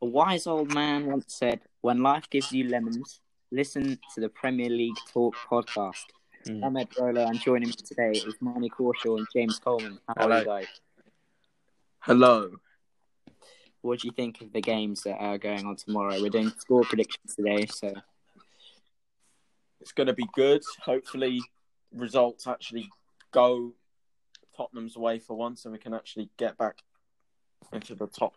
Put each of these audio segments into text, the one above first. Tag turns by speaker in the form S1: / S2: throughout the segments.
S1: wise old man once said, "When life gives you lemons, listen to the Premier League Talk podcast."
S2: Mm.
S1: Ahmed Rolo, and joining me today is Manny Crawshaw and James Coleman. How
S2: Hello.
S1: are you guys?
S3: Hello.
S1: What do you think of the games that are going on tomorrow? We're doing score predictions today, so
S3: It's going to be good. Hopefully, results actually go Tottenham's way for once, and we can actually get back into the top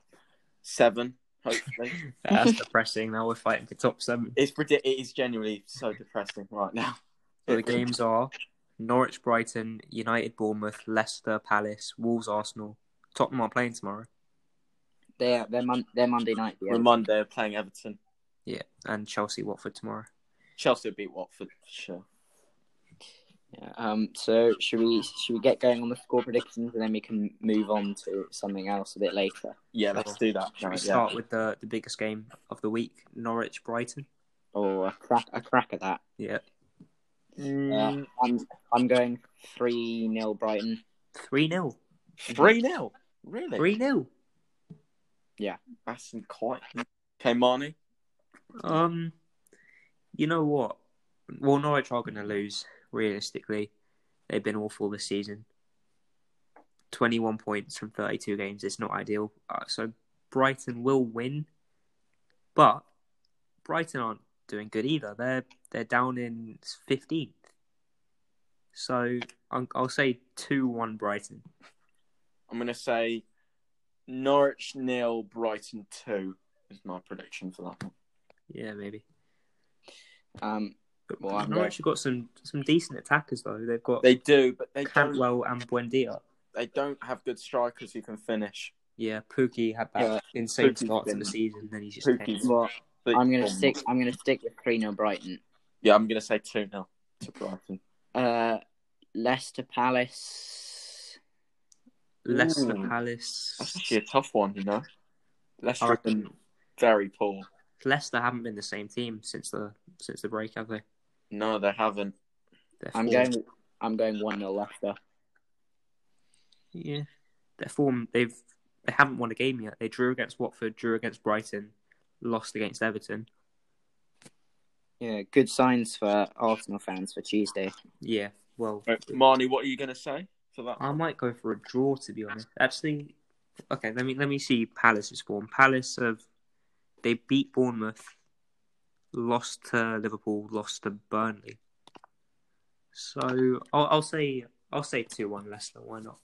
S3: seven. Hopefully,
S2: That's depressing. Now we're fighting for top seven.
S3: it's predi- it is genuinely so depressing right now.
S2: So the games are Norwich, Brighton, United, Bournemouth, Leicester, Palace, Wolves, Arsenal. Tottenham are playing tomorrow.
S1: they're they're, mon- they're Monday night.
S3: on
S1: Yeah.
S3: Monday we're playing Everton.
S2: Yeah, and Chelsea, Watford tomorrow.
S3: Chelsea will beat Watford for sure.
S1: Yeah, Um. So should we should we get going on the score predictions and then we can move on to something else a bit later?
S3: Yeah, let's do that.
S2: Should we
S3: Right, yeah.
S2: start with the, the biggest game of the week, Norwich, Brighton?
S1: Or Oh, a crack a crack at that.
S2: Yeah,
S3: Mm,
S1: Yeah, I'm I'm going three 0 Brighton.
S2: 3 0.
S3: Three 0 Really?
S2: 3 0.
S3: That's quite. Okay, Marnie.
S2: Um, you know what? Well, Norwich are going to lose. Realistically, they've been awful this season. Twenty-one points from thirty-two games is not ideal. Uh, so Brighton will win, but Brighton aren't doing good either. They're they're down in fifteenth. So I'm, I'll say two-one Brighton.
S3: I'm going to say Norwich nil, Brighton two is my prediction for that one.
S2: Yeah, maybe.
S1: Um.
S2: But
S1: Well, I'm
S2: Norwich have got some some decent attackers though. They've got
S3: They do, but they don't.
S2: Cantwell and Buendia.
S3: They don't have good strikers who can finish.
S2: Yeah, Pookie had that
S1: Yeah,
S2: insane
S3: Pookie's
S2: start to
S3: been-
S2: the season. Then he's just
S3: Pookie's-
S2: taken-
S1: Well,
S3: But-
S1: I'm gonna
S3: um,
S1: stick. I'm gonna stick with three 0 Brighton.
S3: Yeah, I'm going to say two nil to Brighton.
S1: Uh, Leicester Palace.
S2: Leicester
S3: Ooh. That's
S2: Palace.
S3: actually a tough one, you know. Leicester
S2: I
S3: have been
S2: reckon
S3: very poor.
S2: Leicester haven't been the same team since the since the break, have they?
S3: No, they haven't.
S2: Their
S1: I'm
S2: form-
S1: going. I'm going one 0 Leicester.
S2: Yeah, their form. They've they haven't won a game yet. They drew against Watford, drew against Brighton, lost against Everton.
S1: Yeah, good signs for Arsenal fans for Tuesday.
S2: Yeah, well,
S3: Right, Uh, Marnie, what are you going to say for that?
S2: I might go for a draw to be honest. Actually, okay, let me let me see Palace's form. Palace have they beat Bournemouth, lost to Liverpool, lost to Burnley. So I'll, I'll say I'll say two one Leicester. Why not?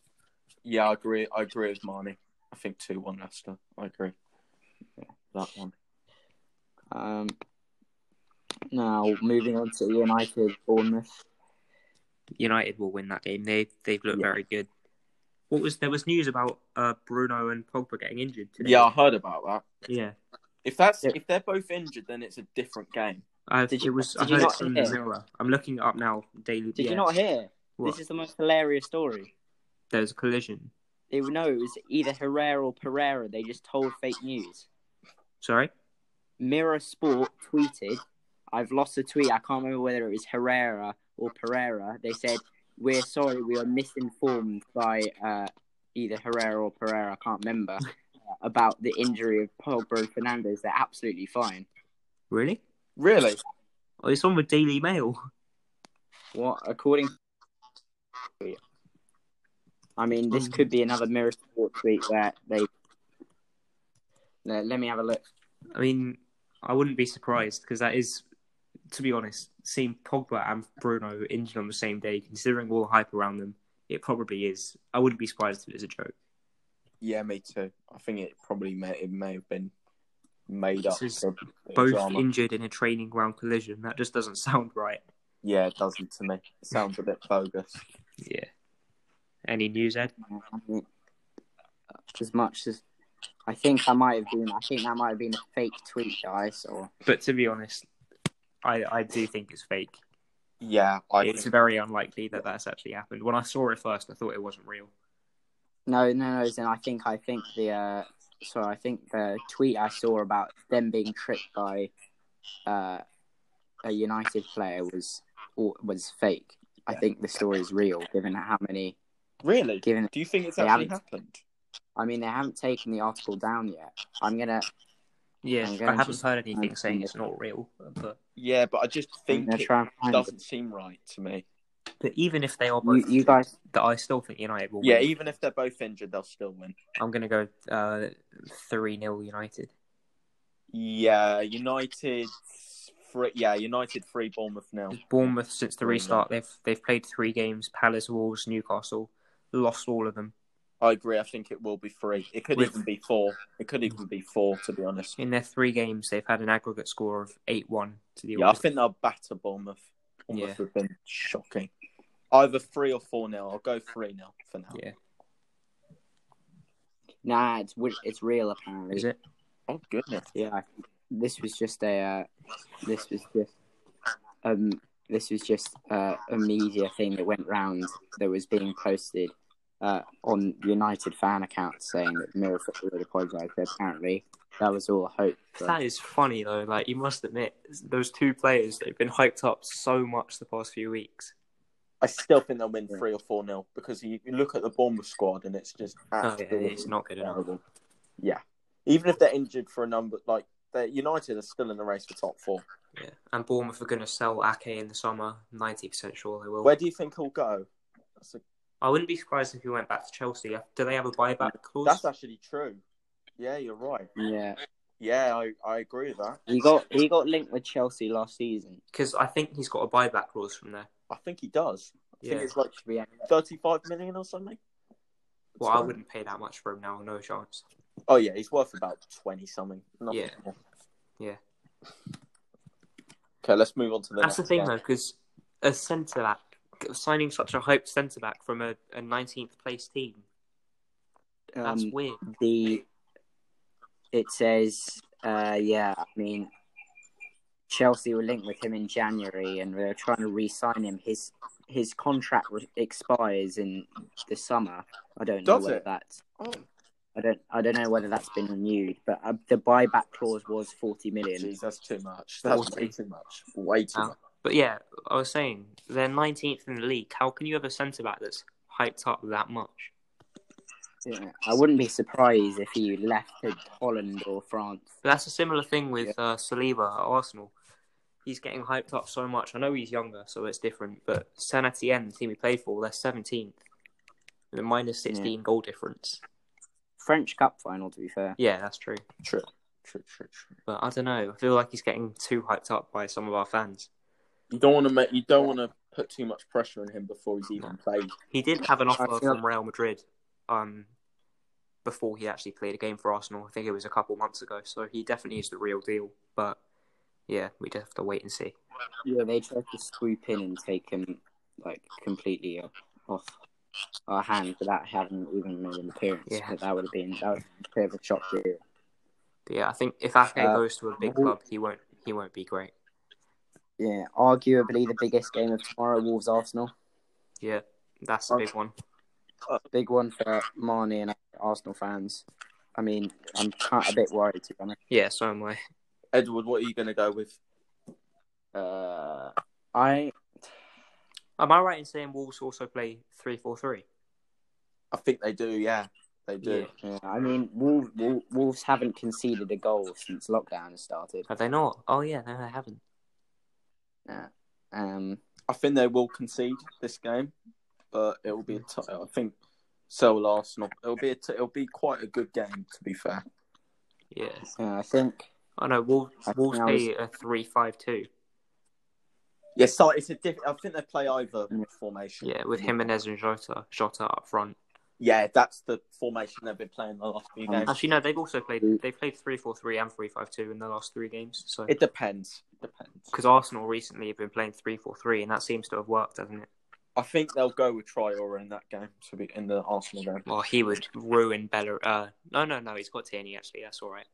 S3: Yeah, I agree. I agree with Marnie. I think two one Leicester. I agree. That one.
S1: Um, now moving on to United Bournemouth.
S2: United will win that game. They they've looked
S3: Yeah.
S2: very good. What was there was news about uh, Bruno and Pogba getting injured today?
S3: Yeah, I heard about that.
S2: yeah.
S3: If that's
S1: Yeah.
S3: if they're both injured, then it's a different game.
S2: I,
S1: Did
S2: it
S1: you-
S2: was
S1: did
S2: I
S1: you
S2: heard
S1: not
S2: it from
S1: hear?
S2: Miller. I'm looking it up now. Daily.
S1: Did
S2: yeah.
S1: you not hear?
S2: What?
S1: This is the most hilarious story.
S2: There was a collision.
S1: It, no, it was either Herrera or Pereira. They just told fake news.
S2: Sorry.
S1: Mirror Sport tweeted, I've lost a tweet. I can't remember whether it was Herrera or Pereira. They said, We're sorry, we were misinformed by uh, either Herrera or Pereira. I can't remember. uh, About the injury of Pogba and Fernandez, they're absolutely fine.
S2: Really?
S3: Really?
S2: Oh, it's on the Daily Mail.
S1: What, according? I mean, this could be another mirror sport tweet where they. Let, let me have a look.
S2: I mean, I wouldn't be surprised because that is, to be honest, seeing Pogba and Bruno injured on the same day, considering all the hype around them, it probably is. I wouldn't be surprised if it is a joke.
S3: Yeah, me too. I think it probably may it may have been made up.
S2: This is
S3: for a bit of
S2: Both
S3: drama.
S2: injured in a training ground collision. That just doesn't sound right.
S3: Yeah, it doesn't to me. It sounds a bit bogus.
S2: Yeah. Any news, Ed?
S1: As much as I think I might have been, I think that might have been a fake tweet, guys. Or
S2: But to be honest, I, I do think it's fake.
S3: Yeah, I
S2: It's very unlikely that that's actually happened. When I saw it first, I thought it wasn't real.
S1: no, no, no. Then I think I think the uh, sorry, I think the tweet I saw about them being tricked by uh, a United player was or was fake. I think the story is real, given how many.
S3: really.
S1: Given
S3: Do you think it's
S1: They
S3: actually
S1: haven't.
S3: happened?
S1: I mean, they haven't taken the article down yet. I'm gonna
S2: Yeah,
S1: I'm
S2: I
S1: going
S2: haven't
S1: to-
S2: heard anything
S1: I'm
S2: saying
S1: going
S2: it's
S1: to-
S2: not real, but
S3: Yeah, but I just
S1: I'm
S3: think
S1: gonna
S3: it
S1: try and find it.
S3: doesn't seem right to me.
S2: but even if they are both,
S1: You, you guys,
S2: that I still think United will.
S3: Yeah,
S2: win.
S3: even if they're both injured, they'll still win.
S2: I'm gonna go uh three 0 United.
S3: Yeah, United three. Yeah, United three. Bournemouth nil.
S2: Bournemouth since the
S3: Three
S2: restart, they've they've played three games: Palace, Wolves, Newcastle, lost all of them.
S3: I agree. I think it will be three. It could
S2: With-
S3: even be four. It could even be four. To be honest,
S2: In their three games, they've had an aggregate score of eight one to the.
S3: yeah, I
S2: Wolves.
S3: think they'll batter Bournemouth. Bournemouth
S2: Yeah.
S3: have been shocking. Either three or four nil. I'll go three nil for now.
S2: Yeah,
S1: nah, it's wi- it's real apparently.
S2: is it?
S3: Oh goodness.
S1: Yeah, I think this was just a, uh, this was just, um, this was just uh, a media thing that went round that was being posted uh, on United fan accounts saying that Miracle would apologise. but Apparently, that was all a hoax.
S2: That is funny though. Like you must admit, those two players they've been hyped up so much the past few weeks.
S3: I still think they'll win three or four nil because you, you look at the Bournemouth squad and it's just
S2: Oh, yeah,
S3: absolutely
S2: it's not good enough.
S3: terrible. Yeah, even if they're injured for a number, like they're- United are still in the race for top four.
S2: Yeah, and Bournemouth are gonna sell Ake in the summer. Ninety percent sure they will.
S3: Where do you think he'll go? That's, a,
S2: I wouldn't be surprised if he went back to Chelsea. Do they have a buyback clause?
S3: that's actually true. Yeah, you're right.
S1: Yeah,
S3: Yeah, I, I agree with that.
S1: he got he got linked with Chelsea last season.
S2: Because I think he's got a buyback clause from there.
S3: I think he does. I think
S2: Yeah.
S3: it's like
S1: Should be-
S3: 35 million or something.
S2: Well, I
S3: So-
S2: wouldn't pay that much for him now. No chance.
S3: Oh, yeah, he's worth about 20 something. Nothing
S2: Yeah.
S3: more.
S2: Yeah.
S3: Okay, let's move on to the
S2: That's the
S3: next
S2: thing
S3: one.
S2: though, because a centre back signing such a hyped centre back from a nineteenth place team. That's
S1: um,
S2: weird.
S1: the it says uh yeah i mean chelsea were linked with him in january and they're trying to re-sign him his his contract re- expires in the summer i don't know
S3: Does
S1: whether
S3: it?
S1: that's
S3: Oh,
S1: i don't i don't know whether that's been renewed but uh, the buyback clause was 40 million
S3: jeez, that's too much. That's way too much. Way too
S2: Wow.
S3: much.
S2: But yeah, I was saying they're nineteenth in the league. How can you have a centre back that's hyped up that much?
S1: Yeah. i wouldn't be surprised if he left to holland or france
S2: But that's a similar thing with uh, Saliba at Arsenal. He's getting hyped up so much. I know he's younger, so it's different. But San Etienne, the team he played for, they're seventeenth, with a minus sixteen goal difference.
S1: french cup final to be fair
S2: Yeah, that's true.
S3: True. True, true, true.
S2: But I don't know. I feel like he's getting too hyped up by some of our fans.
S3: You don't want to make. You don't want to put too much pressure on him before he's even
S2: No.
S3: played.
S2: He did have an
S1: I
S2: offer
S1: feel-
S2: from Real Madrid um, before he actually played a game for Arsenal. I think it was a couple months ago. So he definitely is the real deal. But yeah, we just have to wait and see.
S1: Yeah, they tried to swoop in and take him like completely o- off our hands without having even made an appearance.
S2: Yeah.
S1: But that would have been that would have been a bit of a shock to you.
S2: But yeah, I think if Ake
S1: Uh,
S2: goes to a big
S1: who-
S2: club, he won't. He won't be great.
S1: Yeah, arguably the biggest game of tomorrow, Wolves Arsenal.
S2: Yeah, that's a
S3: Uh,
S2: big one.
S1: Big one for Marnie and Arsenal fans. I mean, I'm kind of a bit worried to be honest.
S2: Yeah, so am I.
S3: Edward, what are you going to go with?
S1: Uh, I
S2: Am I right in saying Wolves also play three four three?
S3: I think they do. Yeah, they do.
S1: yeah, I mean, Wolves, Wolves haven't conceded a goal since lockdown started.
S2: Have they not? Oh yeah, no, they haven't.
S1: Um,
S3: I think they will concede this game, but it will be. A t- I think so will Arsenal. It'll be. A t- it'll be quite a good game, to be fair.
S2: Yeah.
S1: yeah, I think
S2: Oh no, Wolves.
S1: I think
S2: Wolves
S1: I was-
S2: play a three five two.
S3: Yeah, so it's a diff- I think they play either
S1: Yeah.
S3: formation.
S2: Yeah, with Jimenez and Jota, Jota up front.
S3: Yeah, that's the formation they've been playing the last few
S1: Um,
S3: games.
S2: Actually, no, they've also played they've played three four three and three five two in the last three games. So
S3: It depends. Depends.
S2: because Arsenal recently have been playing three four three, and that seems to have worked, doesn't it?
S3: I think they'll go with Traore in that game to be in the Arsenal game.
S2: Well, he would ruin Bella. Uh, no, no, no, he's got Tierney actually. That's all right.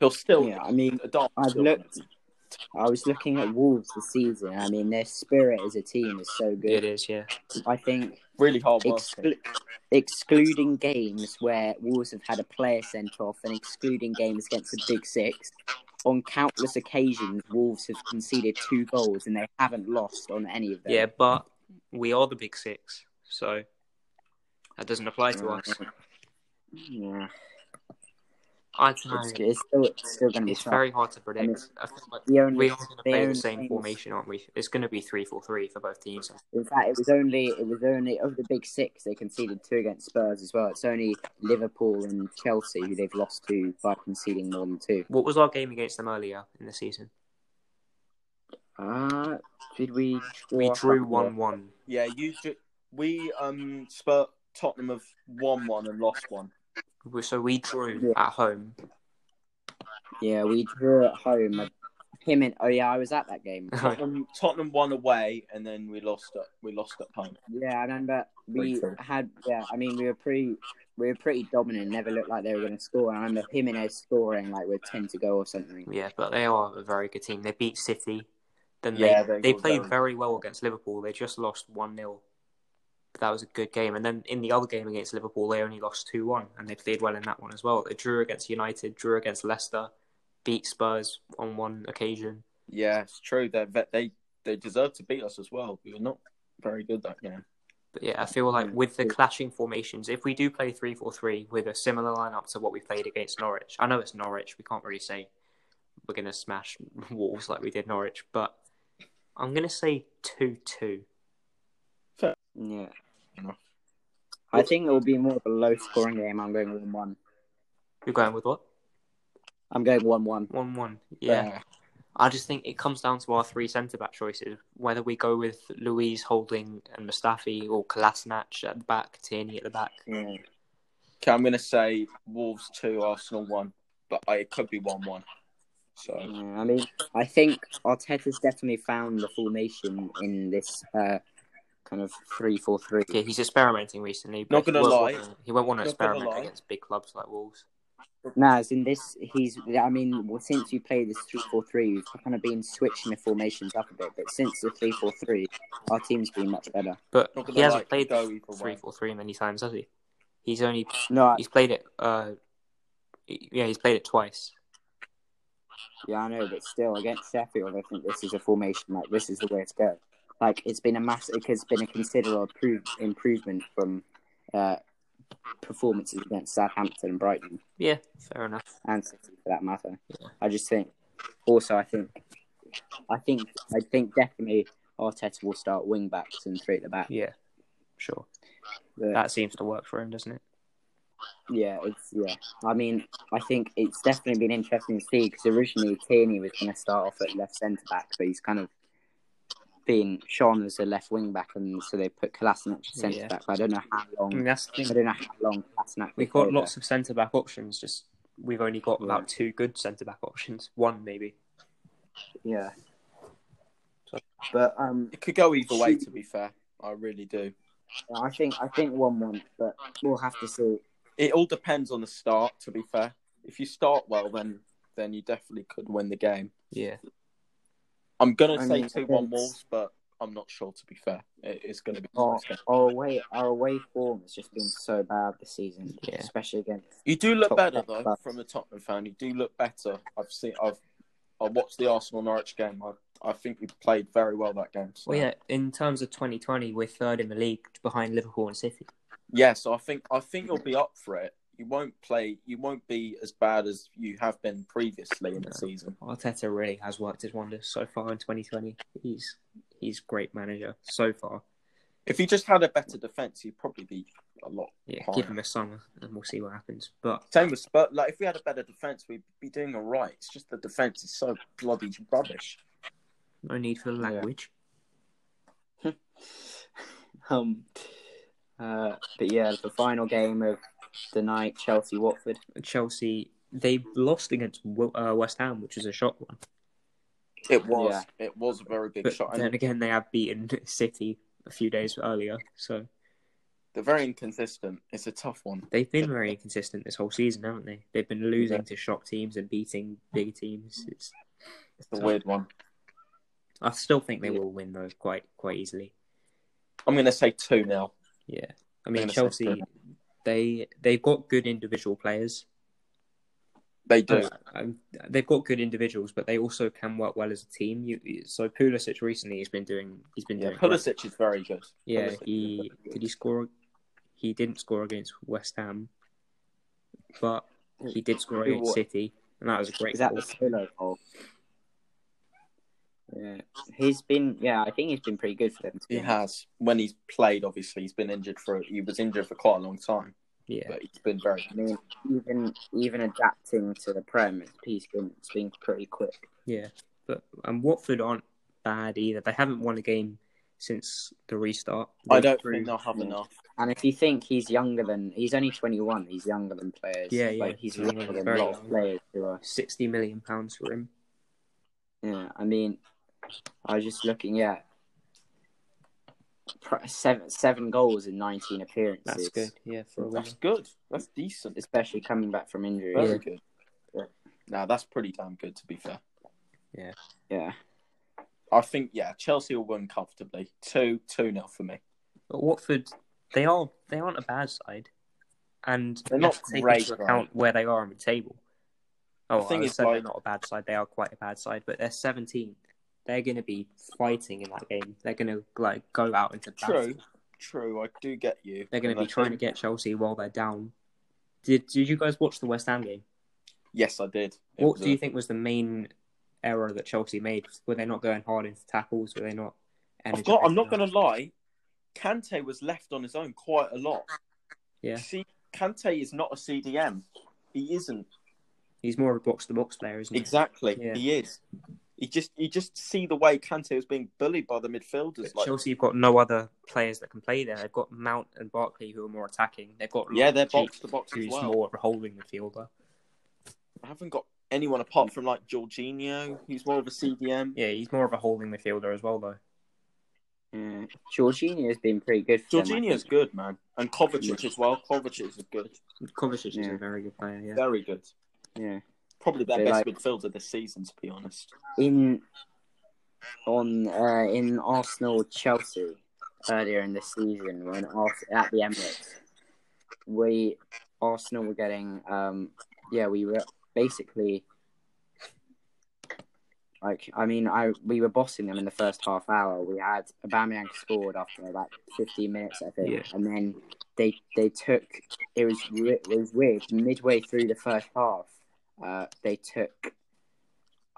S3: He'll still.
S1: yeah, I mean,
S3: Adam's
S1: I've
S3: still-
S1: looked. I was looking at Wolves this season. I mean, their spirit as a team is so
S2: It
S1: good.
S2: is, yeah.
S1: I think
S3: really hard work.
S1: exclu- excluding games where Wolves have had a player sent off and excluding games against the Big Six, on countless occasions, Wolves have conceded two goals and they haven't lost on any of them.
S2: Yeah, but we are the big six, so that doesn't apply to us.
S1: Yeah.
S2: I don't know.
S1: It's, it's still, it's still going to be
S2: It's
S1: tough.
S2: very hard to predict. I feel like
S1: the only,
S2: we are going to
S1: the
S2: play the
S1: only
S2: same
S1: thing-
S2: formation, aren't we? It's going to be 3 4 3 for both teams.
S1: In fact, it was only it was only of the big six they conceded two against Spurs as well. It's only Liverpool and Chelsea who they've lost to by conceding more than two.
S2: What was our game against them earlier in the season?
S1: Uh, did we? Draw
S2: We drew
S1: Yeah.
S2: 1 1.
S3: Yeah, you ju- we um Spur Tottenham have won one and lost one.
S2: So we drew
S1: Yeah.
S2: at home.
S1: Yeah, we drew at home. Him and oh yeah, I was at that game.
S3: Tottenham, Um, Tottenham won away and then we lost at we lost at home.
S1: Yeah, I remember we
S3: Pretty true.
S1: had. Yeah, I mean we were pretty. We were pretty dominant. Never looked like they were going to score. And I remember Jimenez scoring like with ten to go or something.
S2: yeah, but they are a very good team. They beat City. Then
S3: Yeah,
S2: they,
S3: they
S2: they
S3: were
S2: played
S3: very-
S2: very well against Liverpool. They just lost 1 0. But that was a good game. And then in the other game against Liverpool, they only lost 2 1. And they played well in that one as well. They drew against United, drew against Leicester, beat Spurs on one occasion.
S3: Yeah, it's true. They they they deserve to beat us as well. We were not very good that game.
S2: But yeah, I feel like
S1: Mm,
S2: with the
S1: yeah.
S2: clashing formations, if we do play 3 4 3 with a similar lineup to what we played against Norwich, I know it's Norwich, we can't really say we're going to smash walls like we did Norwich, but I'm going to say 2 2.
S1: Yeah.
S3: Enough.
S1: I think it will be more of a low scoring game. I'm going one one.
S2: You're going with what?
S1: I'm going one one.
S2: 1 1. Yeah. I just think it comes down to our three centre back choices whether we go with Louise, Holding, and Mustafi or Kolasinac at the back, Tierney at the back.
S1: Yeah.
S3: Okay, I'm gonna say Wolves two, Arsenal one, but I, it could be one one. So
S1: Yeah, I mean, I think Arteta's definitely found the formation in this uh, kind of three-four-three.
S2: Yeah, he's experimenting recently. but
S3: Not gonna
S2: he won't
S3: lie.
S2: wanna- He won't want to
S3: Not gonna
S2: experiment
S3: lie.
S2: against big clubs like Wolves.
S1: No, as in this, he's. I mean, well, since you play this three-four-three, we've kind of been switching the formations up a bit. But since the three-four-three, our team's been much better.
S2: But
S3: Not gonna
S2: he hasn't
S3: lie,
S2: played
S3: go either
S2: three
S3: way.
S2: four three many times, has he? He's only
S1: No,
S2: he's played it. Uh, yeah, he's played it twice.
S1: yeah, I know, but still against Sheffield, I think this is a formation. Like this is the way it's going. Like it's been a massive. It's been a considerable improve, improvement from uh, performances against Southampton and Brighton.
S2: Yeah, fair enough.
S1: and City for that matter. I just think. Also, I think, I think, I think definitely Arteta will start wing backs and three at the back.
S2: Yeah, sure.
S1: But,
S2: That seems to work for him, doesn't it?
S1: yeah, it's yeah. I mean, I think it's definitely been interesting to see because originally Tierney was going to start off at left centre back, but he's kind of been shown as a left wing back, and so they put Kolasinac at centre
S2: Yeah.
S1: back. But I don't know how
S2: I mean,
S1: long.
S2: that's the
S1: I
S2: thing.
S1: don't know how long Kolasinac.
S2: We've got lots of centre back options. Just we've only got
S1: Yeah.
S2: about two good centre back options. One maybe.
S1: yeah. But um,
S3: it could go either way. To be fair, I really do.
S1: I think I think one one, but we'll have to see.
S3: It all depends on the start. To be fair, if you start well, then then you definitely could win the game.
S2: Yeah.
S3: I'm gonna
S1: I
S3: say
S1: mean,
S3: two one
S1: it's-
S3: Wolves, but I'm not sure. To be fair, it is gonna be.
S1: Oh. Our away, our away form has just been so bad this season,
S2: Yeah.
S1: especially against.
S3: You do look
S1: Top
S3: better
S1: half
S3: though,
S1: class.
S3: from a Tottenham fan. You do look better. I've seen. I've. I watched the Arsenal Norwich game. I, I think we played very well that game. So.
S2: Well, yeah. In terms of 2020, we're third in the league behind Liverpool and City.
S3: Yeah, so I think I think you'll be up for it. You won't play. You won't be as bad as you have been previously in
S2: No.
S3: the season.
S2: Arteta really has worked his wonders so far in 2020. He's he's great manager so far.
S3: If you just had a better defense, you'd probably be a lot.
S2: Yeah,
S3: Fine.
S2: give him a summer and we'll see what happens. But
S3: Same with Spurs. Like if we had a better defense, we'd be doing all right. It's just the defense is so bloody rubbish.
S2: no need for the
S1: Yeah.
S2: language.
S1: Um, uh, but yeah, the final game of the night, Chelsea Watford.
S2: Chelsea they lost against Wil- uh, West Ham, which was a shock one.
S3: It was. It was a very big
S2: But
S3: shot.
S2: then
S3: And
S2: again, they have beaten City a few days earlier, so
S3: they're very inconsistent. It's a tough one.
S2: they've been very inconsistent this whole season, haven't they? They've been losing to shock teams and beating big teams. It's,
S3: It's a weird one.
S2: I still think they will win though, quite quite easily.
S3: I'm gonna say two 0
S2: Yeah, I mean
S3: Gonna say
S2: Chelsea,
S3: two.
S2: they they've got good individual players.
S3: They do.
S2: Um, they've got good individuals, but they also can work well as a team. You, you- so Pulisic recently has been doing. He's been
S3: Yeah,
S2: doing. great.
S3: Pulisic is very good.
S2: Yeah,
S3: Pulisic is
S2: he
S3: very good.
S2: did he score. He didn't score against West Ham, but He did score against City, and that was a great
S1: Is that
S2: goal.
S1: the solo goal? Yeah, he's been. Yeah, I think he's been pretty good for them. to be
S3: He
S1: honest.
S3: has. When he's played, obviously, he's been injured for. He was injured for quite a long time,
S2: Yeah,
S3: but he's been very.
S1: I mean, even even adapting to the Prem, he's been it's been pretty quick.
S2: yeah. But and Watford aren't bad either. They haven't won a game since the restart.
S3: I don't
S2: Through-
S3: think they'll have
S1: yeah.
S3: enough.
S1: And if you think he's younger than he's only twenty one, he's younger than players.
S2: Yeah, yeah.
S1: Like he's
S2: Yeah,
S1: younger
S2: he's
S1: than a
S2: very
S1: lot of
S2: young.
S1: players who are.
S2: sixty million pounds for him.
S1: Yeah, I mean, I was just looking. Yeah, Pr- seven seven goals in nineteen appearances.
S2: That's good. Yeah, for a winner.
S3: That's good. That's decent.
S1: especially coming back from injury.
S3: Very
S2: Yeah.
S3: good.
S1: Yeah.
S3: Now that's pretty damn good, to be fair.
S1: Yeah,
S3: I think yeah, Chelsea will win comfortably. Two two 0 for me.
S2: But Watford, they are they aren't a bad side, and
S3: They're
S2: you
S3: not
S2: have to take
S3: great,
S2: into
S3: right?
S2: account where they are on the table. Oh,
S3: The thing
S2: I
S3: is,
S2: said
S3: like-
S2: they're not a bad side. They are quite a bad side, but they're 17. They're going to be fighting in that game. They're going to like go out into battle.
S3: True, true. I do get you.
S2: They're going
S3: And
S2: to be
S3: I
S2: trying to
S3: think-
S2: get Chelsea while they're down. Did Did you guys watch the West Ham game?
S3: Yes, I did. It
S2: What
S3: was
S2: do
S3: a-
S2: you think was the main error that Chelsea made? Were they not going hard into tackles? Were they not?
S3: I've got, I'm not
S2: energised enough?
S3: going to lie. Kante was left on his own quite a lot.
S2: Yeah.
S3: See, Kante is not a CDM. He isn't.
S2: He's more of a box to box player, isn't he?
S3: Exactly.
S2: Yeah.
S3: He is. He just you just see the way Kante was being bullied by the midfielders.
S2: But
S3: Like,
S2: Chelsea have got no other players that can play there. They've got Mount and Barkley who are more attacking. They've got
S3: yeah, they're
S2: Loftus-Cheek,
S3: box to box as
S2: who's
S3: well.
S2: more of a holding midfielder.
S3: I haven't got anyone apart from like Jorginho, who's more of a CDM.
S2: Yeah, he's more of a holding midfielder as well though.
S1: yeah. Jorginho's been pretty good. For them, I
S3: Jorginho's
S1: think.
S3: good, man. And Kovacic as well. Kovacic is good.
S2: Kovacic is
S1: Yeah.
S2: a very good player. Yeah,
S3: Very good.
S1: Yeah.
S3: Probably their
S1: They
S3: best midfielder this season, to be honest.
S1: in on uh, in Arsenal Chelsea earlier in the season when Ars- at the Emirates we Arsenal were getting um yeah we were basically like I mean I we were bossing them in the first half hour we had Aubameyang scored after about 15 minutes I think
S2: Yeah.
S1: and then they they took it was re- it was weird midway through the first half uh they took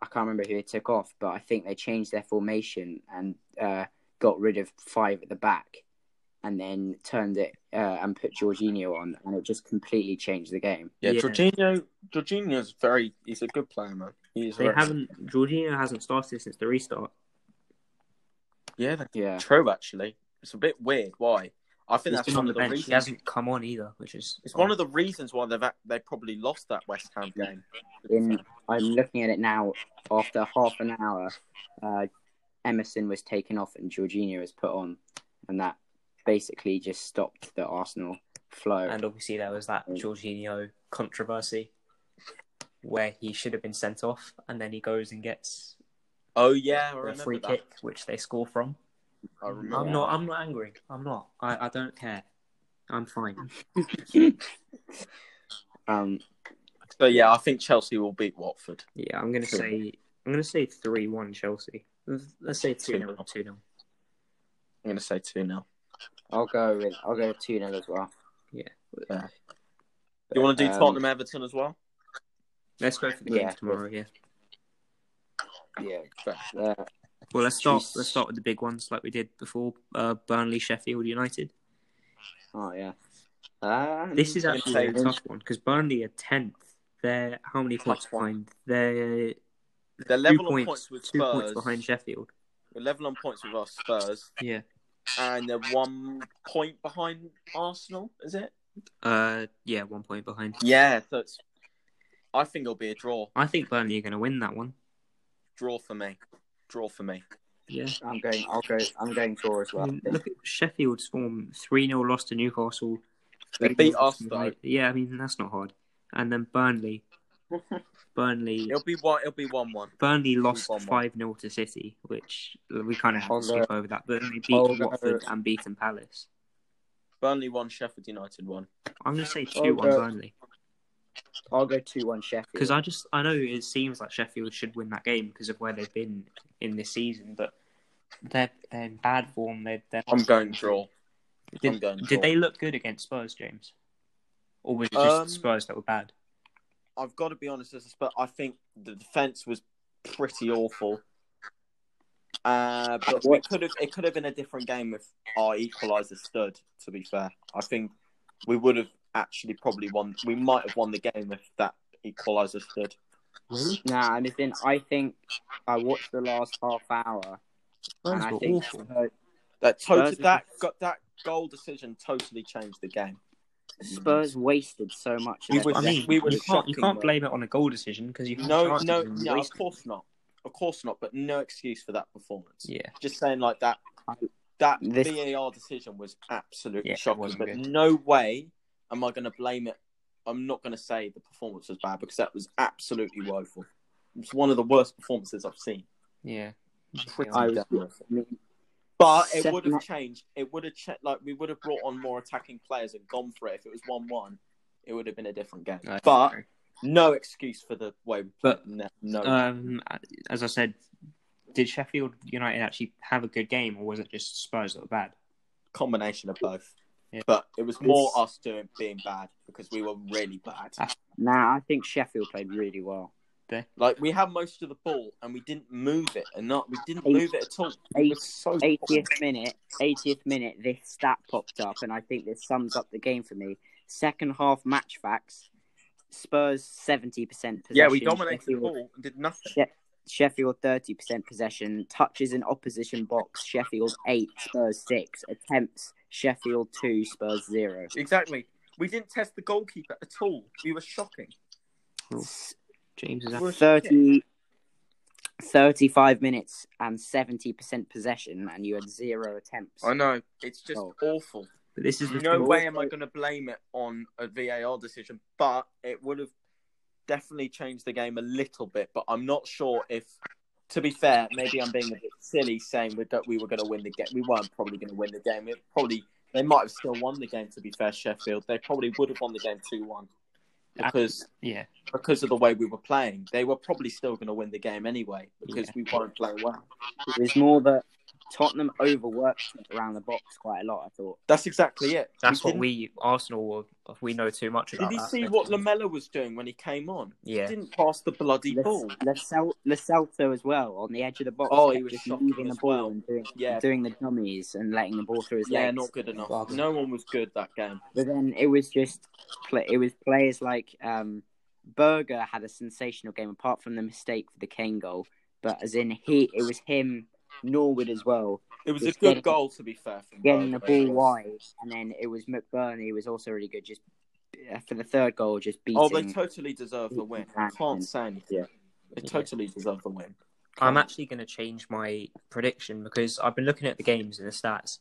S1: I can't remember who they took off, but I think they changed their formation and uh, got rid of five at the back, and then turned it uh, and put Jorginho on, and it just completely changed the game.
S3: Yeah,
S2: Yeah.
S3: Jorginho Jorginho's very he's a good player, man. He's
S2: they haven't. Jorginho hasn't started since the restart.
S3: Yeah, that's
S1: Yeah,
S3: true actually. It's a bit weird why. I think
S2: He's
S3: that's
S2: been
S3: one
S2: on the
S3: of the
S2: bench.
S3: reasons
S2: He hasn't come on either, which is
S3: it's one of the reasons why they've act- they probably lost that West Ham game.
S1: in I'm looking at it now. After half an hour, uh, Emerson was taken off and Jorginho was put on, and that basically just stopped the Arsenal flow.
S2: And obviously there was that Jorginho controversy where he should have been sent off, and then he goes and gets
S3: Oh yeah, I
S2: a
S3: remember
S2: free
S3: that.
S2: kick, Um, which they score from.
S3: I remember.
S2: I'm not. I'm not angry. I'm not. I, I don't care. I'm fine.
S1: um,
S3: So yeah, I think Chelsea will beat Watford.
S2: Yeah, I'm gonna
S3: Sure.
S2: say. I'm gonna say three one Chelsea. Let's- Let's say two 0
S3: 2-0.
S2: two 0
S3: I'm gonna say two 0
S1: I'll go with I'll go two 0 as well.
S3: You want to do
S1: Um,
S3: Tottenham Everton as well?
S2: Let's go for the
S1: Yeah.
S2: games tomorrow. Yeah.
S1: Yeah,
S3: Fair.
S1: uh,
S2: Well, let's start.
S1: Jeez.
S2: Let's start with the big ones like we did before. Uh, Burnley, Sheffield United.
S1: Oh yeah. Um,
S2: This is
S3: I'm
S2: actually a
S3: gonna say-
S2: tough one because Burnley are tenth. They're how many points
S3: one.
S2: behind? They're
S3: They're
S2: two
S3: level on
S2: points.
S3: points with
S2: two
S3: Spurs.
S2: points behind Sheffield.
S3: They're level on points with our Spurs,
S2: Yeah.
S3: and they're one point behind Arsenal. Is it?
S2: Uh, yeah, one point behind.
S3: Yeah. So it's, I think it'll be a draw.
S2: I think Burnley are going to win that one.
S3: Draw for me. Draw for me.
S2: Yeah.
S1: I'm going. I'll go. I'm going for as
S2: I
S1: well.
S2: mean, look at Sheffield's form 3 0 loss to Newcastle.
S3: They
S2: 3-0
S3: beat
S2: loss
S3: us,
S2: to
S3: though.
S2: United. Yeah, I mean, that's not hard. And then Burnley. Burnley.
S3: It'll be one. It'll be one-one.
S2: Burnley lost
S3: one, one.
S2: 5 0 to City, which we kind of have to
S1: Although-
S2: skip over that. But then they beat
S1: although-
S2: Watford and beaten Palace.
S3: Burnley one. Sheffield United one.
S2: I'm going to say 2 1
S1: Although-
S2: Burnley.
S1: I'll go two one Sheffield.
S2: Because I just, I know it seems like Sheffield should win that game because of where they've been in this season, but they're, they're in bad form. They're, they're
S3: I'm going draw.
S2: Did,
S3: I'm going
S2: did
S3: for-
S2: they look good against Spurs, James? Or was it just
S3: Um,
S2: Spurs that were bad?
S3: I've got to be honest as a Spurs. I think the defense was pretty awful. Uh, but we could have it could have been a different game if our equaliser stood. To be fair, I think we would have actually probably won. We might have won the game if that equaliser stood.
S1: Nah, and then I think I watched the last half hour, and I think Spurs,
S3: That total,
S1: Spurs-
S3: that got that goal decision totally changed the game.
S1: Spurs wasted so much. of
S3: We
S1: their
S3: were-
S2: I
S1: best-
S2: mean,
S3: we were
S2: you can't, you
S3: shocking,
S2: can't
S3: though.
S2: blame it on a goal decision because you had
S3: No,
S2: chances
S3: no,
S2: and you
S3: no. Of
S2: wasted them.
S3: course not. Of course not. But no excuse for that performance.
S2: Yeah,
S3: Just saying like that. That
S1: This-
S3: VAR decision was absolutely
S2: Yeah, it
S3: shocking.
S2: wasn't
S3: But
S2: good.
S3: no way am I going to blame it. I'm not going to say the performance was bad because that was absolutely woeful. It's one of the worst performances I've seen.
S2: yeah.
S1: I was-
S3: Definitely.
S1: I mean,
S3: But it
S1: Second-
S3: would have changed. It would have che- like we would have brought on more attacking players and gone for it. If it was one-one, it would have been a different game.
S2: No,
S3: but no excuse for the way. We played.
S2: But,
S3: no, no.
S2: um, as I said, did Sheffield United actually have a good game, or was it just Spurs that were bad?
S3: combination of both.
S2: Yeah.
S3: But it was more
S1: It's-
S3: us doing being bad because we were really bad.
S2: Ah.
S1: nah, I think Sheffield played really well.
S3: Like we had most of the ball and we didn't move it, and not we didn't
S1: Eight-
S3: move it at all. It was so
S1: 80th minute, 80th minute, this stat popped up, and I think this sums up the game for me. Second half match facts: Spurs 70% possession.
S3: yeah, we dominated the
S1: Sheffield-
S3: ball and did nothing.
S1: She- Sheffield 30% possession, touches in opposition box, Sheffield 8, Spurs 6, attempts, Sheffield 2, Spurs 0.
S3: Exactly. We didn't test the goalkeeper at all. We were shocking.
S1: S-
S2: James is out.
S3: We're
S1: 30, 35 minutes and 70% possession, and you had 0 attempts.
S3: I know. It's just
S1: Oh.
S3: awful.
S2: But this is the
S3: No
S2: thing.
S3: way am I going to blame it on a VAR decision, but it would have definitely changed the game a little bit. But I'm not sure if, to be fair, maybe I'm being a bit silly saying we we were going to win the game. We weren't probably going to win the game. It probably they might have still won the game. To be fair, Sheffield they probably would have won the game two one because
S2: Yeah,
S3: because of the way we were playing. They were probably still going to win the game anyway because we weren't playing well.
S1: It was more that Tottenham overworked around the box quite a lot, I thought.
S3: That's exactly it.
S2: that's what
S3: didn't-
S2: we Arsenal were- we know too much
S3: Did
S2: about.
S3: you
S2: that.
S3: see what Lamella was doing when he came on?
S2: Yeah,
S3: He didn't pass the bloody ball.
S1: Lasel- Lacelso as well on the edge of the box.
S3: Oh, he
S1: kept
S3: was
S1: just
S3: shocking
S1: moving the
S3: as
S1: ball
S3: well.
S1: and doing,
S3: Yeah.
S1: doing the dummies and letting the ball through his
S3: Yeah,
S1: legs.
S3: not good enough.
S2: Bugger.
S3: No one was good that game.
S1: But then it was just play, it was players like um, Berger had a sensational game apart from the mistake for the Kane goal. But as in he, it was him, Norwood as well,
S3: It was a
S1: Just
S3: good
S1: getting-
S3: goal to be fair. From
S1: getting the
S3: Berger.
S1: ball wide, and then it was McBurney who was also really good. Just uh, for the third goal, just beating.
S3: Oh, they totally deserve the win. I can't say anything.
S1: Yeah.
S3: They
S2: Yeah.
S3: totally deserve the win.
S2: I'm actually going to change my prediction because I've been looking at the games and the stats.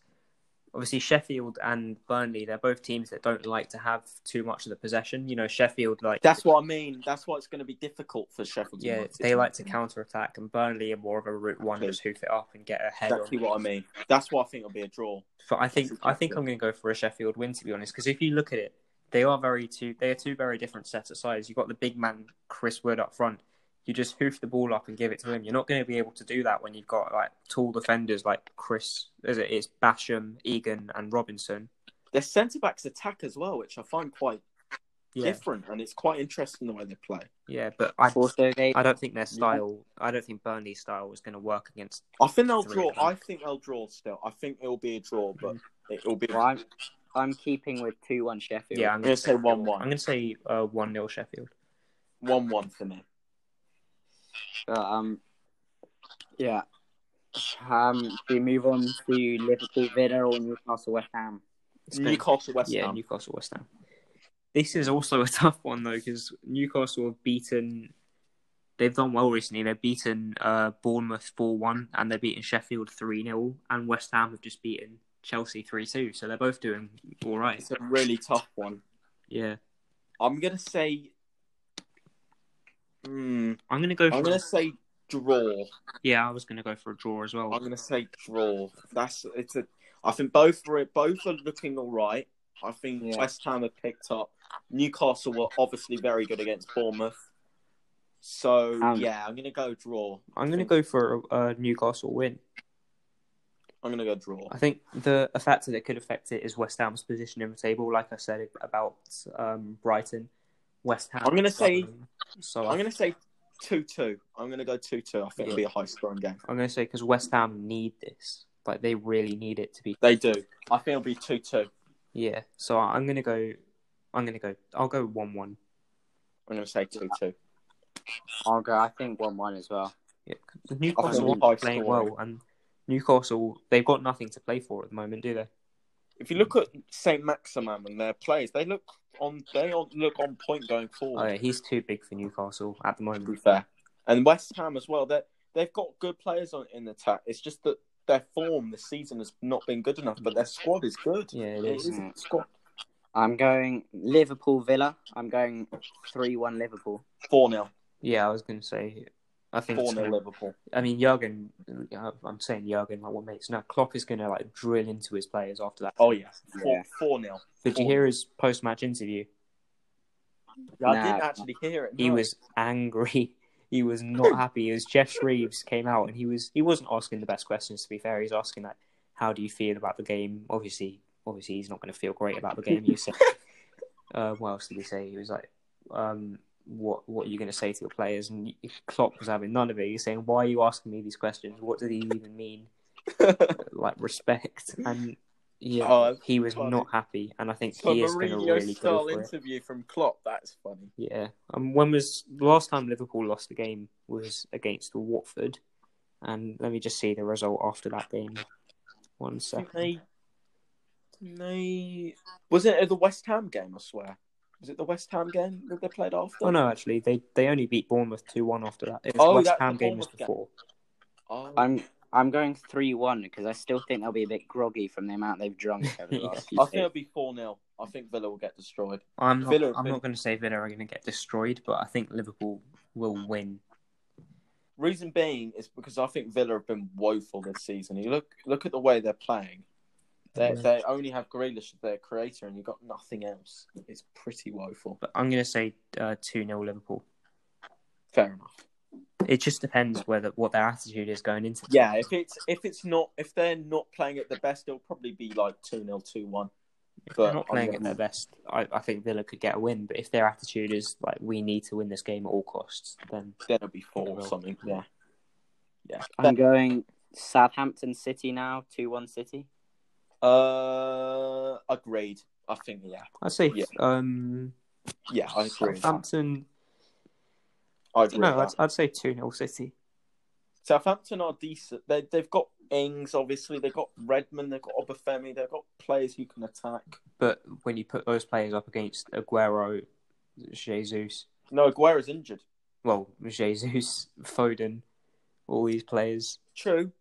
S2: Obviously, Sheffield and Burnley, they're both teams that don't like to have too much of the possession. You know, Sheffield like
S3: That's what I mean. That's why it's going to be difficult for Sheffield.
S2: yeah,
S3: United.
S2: they like to counter attack, and Burnley are more of a route one, just hoof it up and get ahead.
S3: Exactly
S2: on.
S3: what I mean. That's why I think it'll be a draw.
S2: But I think
S3: That's
S2: I think
S3: exactly-
S2: I'm going to go for a Sheffield win to be honest, because if you look at it, they are very two. They are two very different sets of sides. You've got the big man Chris Wood up front. You just hoof the ball up and give it to him. You're not going to be able to do that when you've got like tall defenders like Chris. Is it? It's Basham, Egan, and Robinson.
S3: Their centre backs attack as well, which I find quite
S2: Yeah,
S3: different, and it's quite interesting the way they play.
S2: yeah. But I,
S1: also they
S2: I don't think their style. I don't think Burnley's style was going to work against.
S3: I think they'll
S2: Three,
S3: draw.
S2: I think.
S3: I think they'll draw still. I think it'll be a draw, but it'll be.
S1: Mm. Well, I'm, I'm keeping with 2 1 Sheffield.
S2: Yeah, I'm
S3: I'm
S2: going to
S3: going to say
S2: I'm
S3: one-one.
S2: going to say uh, one 0 Sheffield.
S3: One-one for me.
S1: But, um, yeah. Um, we move on to Liverpool Villa or Newcastle West Ham.
S2: It's gonna-
S3: Newcastle West
S2: Mm. yeah,
S3: Ham.
S2: Newcastle West Ham. This is also a tough one though because Newcastle have beaten. They've done well recently. They've beaten uh, Bournemouth four one, and they've beaten Sheffield three 0 and West Ham have just beaten Chelsea three two. So they're both doing all right.
S3: It's a really tough one.
S2: Yeah,
S3: I'm gonna say. Hmm,
S2: I'm gonna go. For,
S3: I'm gonna say draw.
S2: Yeah, I was gonna go for a draw as well.
S3: I'm gonna say draw. That's it's a. I think both are both are looking all right. I think
S1: Yeah.
S3: West Ham have picked up. Newcastle were obviously very good against Bournemouth. So
S1: Um,
S3: yeah, I'm gonna go draw.
S2: I'm gonna go for a, a Newcastle win.
S3: I'm gonna go draw.
S2: I think the a factor that could affect it is West Ham's position in the table. Like I said about um, Brighton, West Ham.
S3: I'm gonna say-
S2: So
S3: I'm going to say 2 2. I'm going to go 2 2. I think it'll be a high scoring game.
S2: I'm going to say because West Ham need this. Like they really need it to be.
S3: They do. I think it'll be 2 2.
S2: Yeah. So I'm going to go. I'm going to go. I'll go one-one.
S3: I'm going to say 2 2.
S1: I'll go. I think one-one as well.
S2: Yeah. 'cause Newcastle
S3: high
S2: are playing
S3: scoring.
S2: well, and Newcastle they've got nothing to play for at the moment, do they?
S3: If
S2: Hmm.
S3: you look at St. Maximum and their players, they look on they on, look on point going
S2: Oh,
S3: forward.
S2: yeah, he's too big for Newcastle at the
S3: To be
S2: moment.
S3: fair, and West Ham as well. They they've got good players on in the attack. It's just that their form this season has not been good enough, but their squad is good.
S2: Yeah, it
S3: It is
S2: is.
S3: a good squad.
S1: I'm going Liverpool Villa. I'm going three-one Liverpool.
S3: Four 0
S2: Yeah, I was going to say. I think.
S3: four
S2: it's
S3: 0
S2: gonna-
S3: Liverpool.
S2: I mean, Jurgen. I'm saying Jurgen. Like what makes now Klopp is going to like drill into his players after that.
S3: Oh yeah,
S1: Yeah.
S3: four four 0
S2: Did you hear his post-match interview?
S3: I didn't
S1: Nah.
S3: actually hear it.
S2: He
S3: no.
S2: was angry. He was not happy. As Jeff Reeves came out and he was he wasn't asking the best questions. To be fair, he's asking like, "How do you feel about the game?" Obviously, obviously he's not going to feel great about the game. You said, uh, "What else did he say?" He was like, um, "What what are you going to say to your players?" And Klopp was having none of it. He's saying, "Why are you asking me these questions? What do these even mean? Like respect?" And yeah,
S3: Oh, that's
S2: he was
S3: funny.
S2: not happy. And I think
S3: So
S2: he is going to
S3: Mourinho
S2: really go
S3: style
S2: for it.
S3: interview from Klopp. That's funny.
S2: Yeah. Um, when was the last time Liverpool lost the game was against Watford, and let me just see the result after that game. One
S3: I think
S2: second.
S3: they, they was it the West Ham game? I swear, was it the West Ham game that they played after?
S2: Oh no, actually, they they only beat Bournemouth two one after that. It was
S3: Oh,
S2: West
S3: that's
S2: Ham
S3: the
S2: game was
S3: Bournemouth game.
S2: before.
S3: Oh,
S1: I'm I'm going three-one because I still think they'll be a bit groggy from the amount they've drunk over the
S2: Yeah.
S1: last
S3: I
S1: few
S3: think
S1: days.
S3: it'll be 4 0. I think Villa will get destroyed.
S2: I'm not,
S3: Villa-
S2: I'm not going to say Villa are going to get destroyed, but I think Liverpool will win.
S3: Reason being is because I think Villa have been woeful this season. You look look at the way they're playing. They
S2: Yeah.
S3: they only have Grealish as their creator, and you've got nothing else. It's pretty woeful.
S2: But I'm going to say uh, two 0 Liverpool.
S3: Fair enough.
S2: It just depends whether what their attitude is going into. the
S3: Yeah, if it's if it's not if they're not playing at the best, it'll probably be like 2 0, 2 1.
S2: If
S3: But
S2: they're not
S3: I'm
S2: playing
S3: not-
S2: at their best, I, I think Villa could get a win. But if their attitude is like we need to win this game at all costs, then
S3: Then it'll be 4
S2: It
S3: or
S2: will.
S3: something. Yeah. Yeah.
S1: I'm going Southampton City now. Two-one City.
S3: Uh, agreed. I think, yeah.
S2: I'd say
S3: Yeah.
S2: um,
S3: Yeah, I agree. with that.
S2: Southampton.
S3: I agree. with
S2: No,
S3: that.
S2: I'd, I'd say two 0 City.
S3: Southampton are decent. They, they've got Ings, obviously. They've got Redmond. They've got Obafemi. They've got players who can attack.
S2: But when you put those players up against Aguero, Jesus,
S3: No, Aguero's injured.
S2: well, Jesus, Foden, all these players,
S3: True.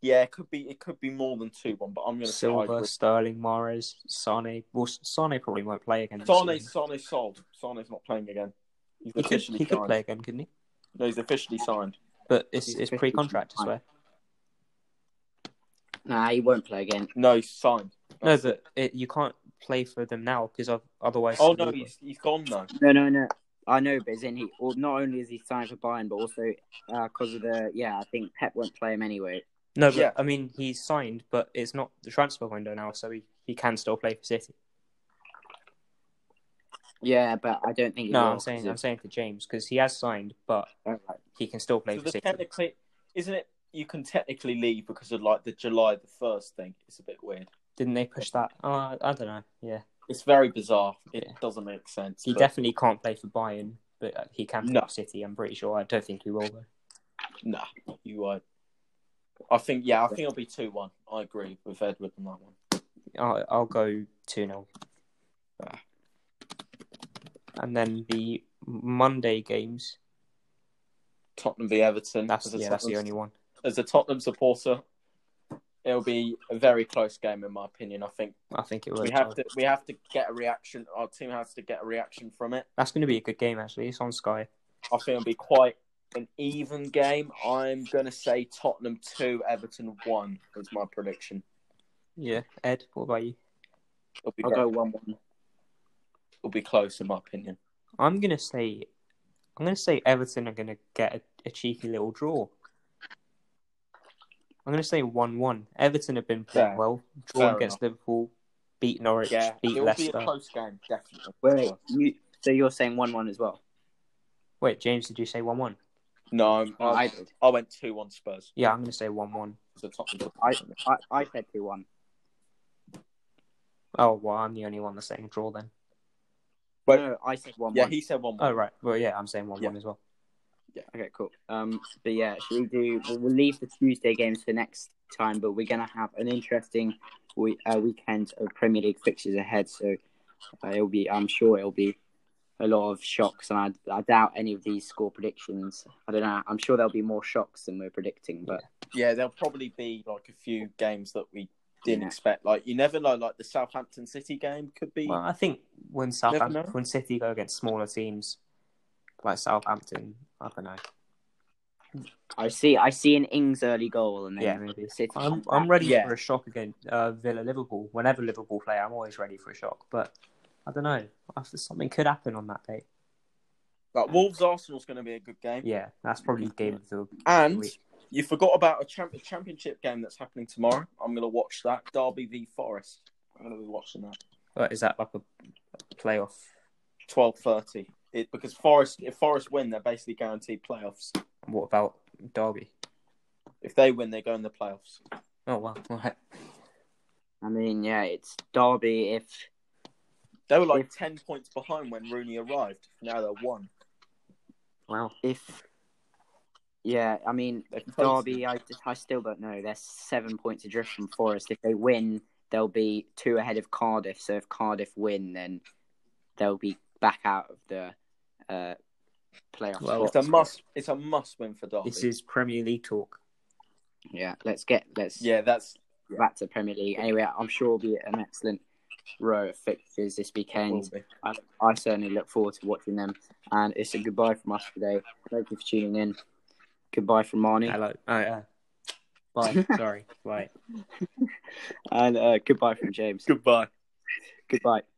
S3: Yeah, it could be. It could be more than two one, but I'm going to say I
S2: Silva,
S3: agree.
S2: Sterling, Mares, Sane. Well, Sane probably won't play again. this
S3: Sane,
S2: season.
S3: Sane sold. Sane's not playing again. He's
S2: he could
S3: officially
S2: he could
S3: signed.
S2: play again, couldn't he?
S3: No, he's officially signed.
S2: But it's
S1: He's
S2: it's
S1: fifty,
S2: pre-contract, I
S1: fine.
S2: swear.
S1: Nah, he won't play again.
S3: No, he's signed.
S2: No,
S3: That's
S2: but it, you can't play for them now because otherwise.
S3: Oh no, he's he's gone now.
S1: No, no, no. I know, but isn't he? Or not only is he signed for Bayern, but also because of the yeah. I think Pep won't play him anyway.
S2: no. But,
S3: Yeah.
S2: I mean, he's signed, but it's not the transfer window now, so he, he can still play for City.
S1: Yeah, but I don't think. He
S2: No,
S1: will,
S2: I'm saying
S1: 'cause
S2: I'm saying for James because he has signed, but
S1: of- Alright.
S2: he can still play
S3: So
S2: for
S3: the
S2: City.
S3: technically, isn't it? You can technically leave because of like the July the first thing. It's a bit weird.
S2: Didn't they push that? Uh, I don't know. Yeah,
S3: It's very bizarre. It
S2: Yeah.
S3: doesn't make sense.
S2: he
S3: but-
S2: definitely can't play for Bayern, but uh, he can play
S3: No.
S2: for City. I'm pretty sure. I don't think he will though.
S3: Nah, you won't. I think yeah, I think it'll be two one. I agree with Edward on that one.
S2: I'll, I'll go two 0 And then the Monday games.
S3: Tottenham v Everton.
S2: That's
S3: as, a
S2: yeah, that's the
S3: Tottenham-
S2: only one.
S3: as a Tottenham supporter, it'll be a very close game in my opinion. I think
S2: I think it will.
S3: we have to we have to get a reaction. Our team has to get a reaction from it.
S2: That's going to be a good game actually. It's on Sky.
S3: I think it'll be quite an even game. I'm gonna say Tottenham two, Everton one is my prediction.
S2: Yeah, Ed, what about you?
S3: It'll be
S1: I'll
S3: very-
S1: go one-one.
S3: it'll be close in my opinion.
S2: I'm gonna say, I'm gonna say Everton are gonna get a, a cheeky little draw. I'm gonna say one-one. Everton have been playing
S3: Fair.
S2: well. Drawn
S3: Fair
S2: against Liverpool, beat Norwich,
S3: Yeah,
S2: beat
S3: it'll be a
S2: Leicester.
S3: close game, definitely.
S1: Wait, you So you're saying one-one as well?
S2: Wait, James, did you say one one?
S3: No, I'm-
S1: Oh, I
S3: I,
S1: did.
S3: I went 2 1 Spurs.
S2: Yeah, I'm gonna say one one.
S3: So Tottenham.
S1: I, I said two-one.
S2: Oh well, I'm the only one that's saying draw then.
S3: But-
S1: no, I said one-one.
S3: yeah, he said 1 1.
S2: Oh right, well yeah, I'm saying one one as well.
S1: Okay, cool. Um, but yeah, should we do? We'll, we'll leave the Tuesday games for next time, but we're gonna have an interesting we, uh, weekend of Premier League fixtures ahead. So uh, it'll be, I'm sure it'll be a lot of shocks, and I, I doubt any of these score predictions. I don't know. I'm sure there'll be more shocks than we're predicting, but
S3: Yeah, there'll probably be like a few games that we didn't
S1: Yeah.
S3: expect. Like, you never know, like the Southampton City game could be.
S2: Well, I think when
S3: Never
S2: Southampton,
S3: know.
S2: when City go against smaller teams like Southampton, I don't know.
S1: I see, I see an Ings early goal, and then
S2: Yeah,
S1: maybe City.
S2: I'm I'm ready
S3: Yeah.
S2: for a shock against uh, Villa Liverpool. Whenever Liverpool play, I'm always ready for a shock. But I don't know. After something could happen on that day.
S3: Like, Wolves Arsenal's going to be a good game.
S2: Yeah, that's probably game of the
S3: And
S2: week.
S3: you forgot about a, champ- a championship game that's happening tomorrow. I'm going to watch that. Derby v Forest. I'm going to be watching that.
S2: What, is that like a playoff?
S3: Twelve thirty. It because Forest if Forest win, they're basically guaranteed playoffs.
S2: What about Derby?
S3: If they win, they go in the playoffs.
S2: Oh wow, right.
S1: I mean, yeah, it's Derby. If
S3: They were like
S1: If-
S3: ten points behind when Rooney arrived. Now they're one.
S2: wow.
S1: if yeah, I mean,
S3: They're close.
S1: Derby, I, just- I still don't know. They're seven points adrift from Forest. If they win, they'll be two ahead of Cardiff. So if Cardiff win, then they'll be back out of the uh, playoff.
S2: Well,
S3: It's a
S1: spots.
S3: must. It's a must win for Derby.
S2: This is Premier League talk.
S1: Yeah, let's get let's
S3: Yeah, that's
S1: get back to Premier League. Anyway, I'm sure it'll be an excellent row of fixtures this
S3: that will
S1: weekend.
S3: be.
S1: I, I certainly look forward to watching them. And it's a goodbye from us today. Thank you for tuning in. Goodbye from Marnie.
S2: Hello. Oh, uh, bye. Sorry. Bye.
S1: And uh, goodbye from James.
S3: goodbye.
S1: Goodbye.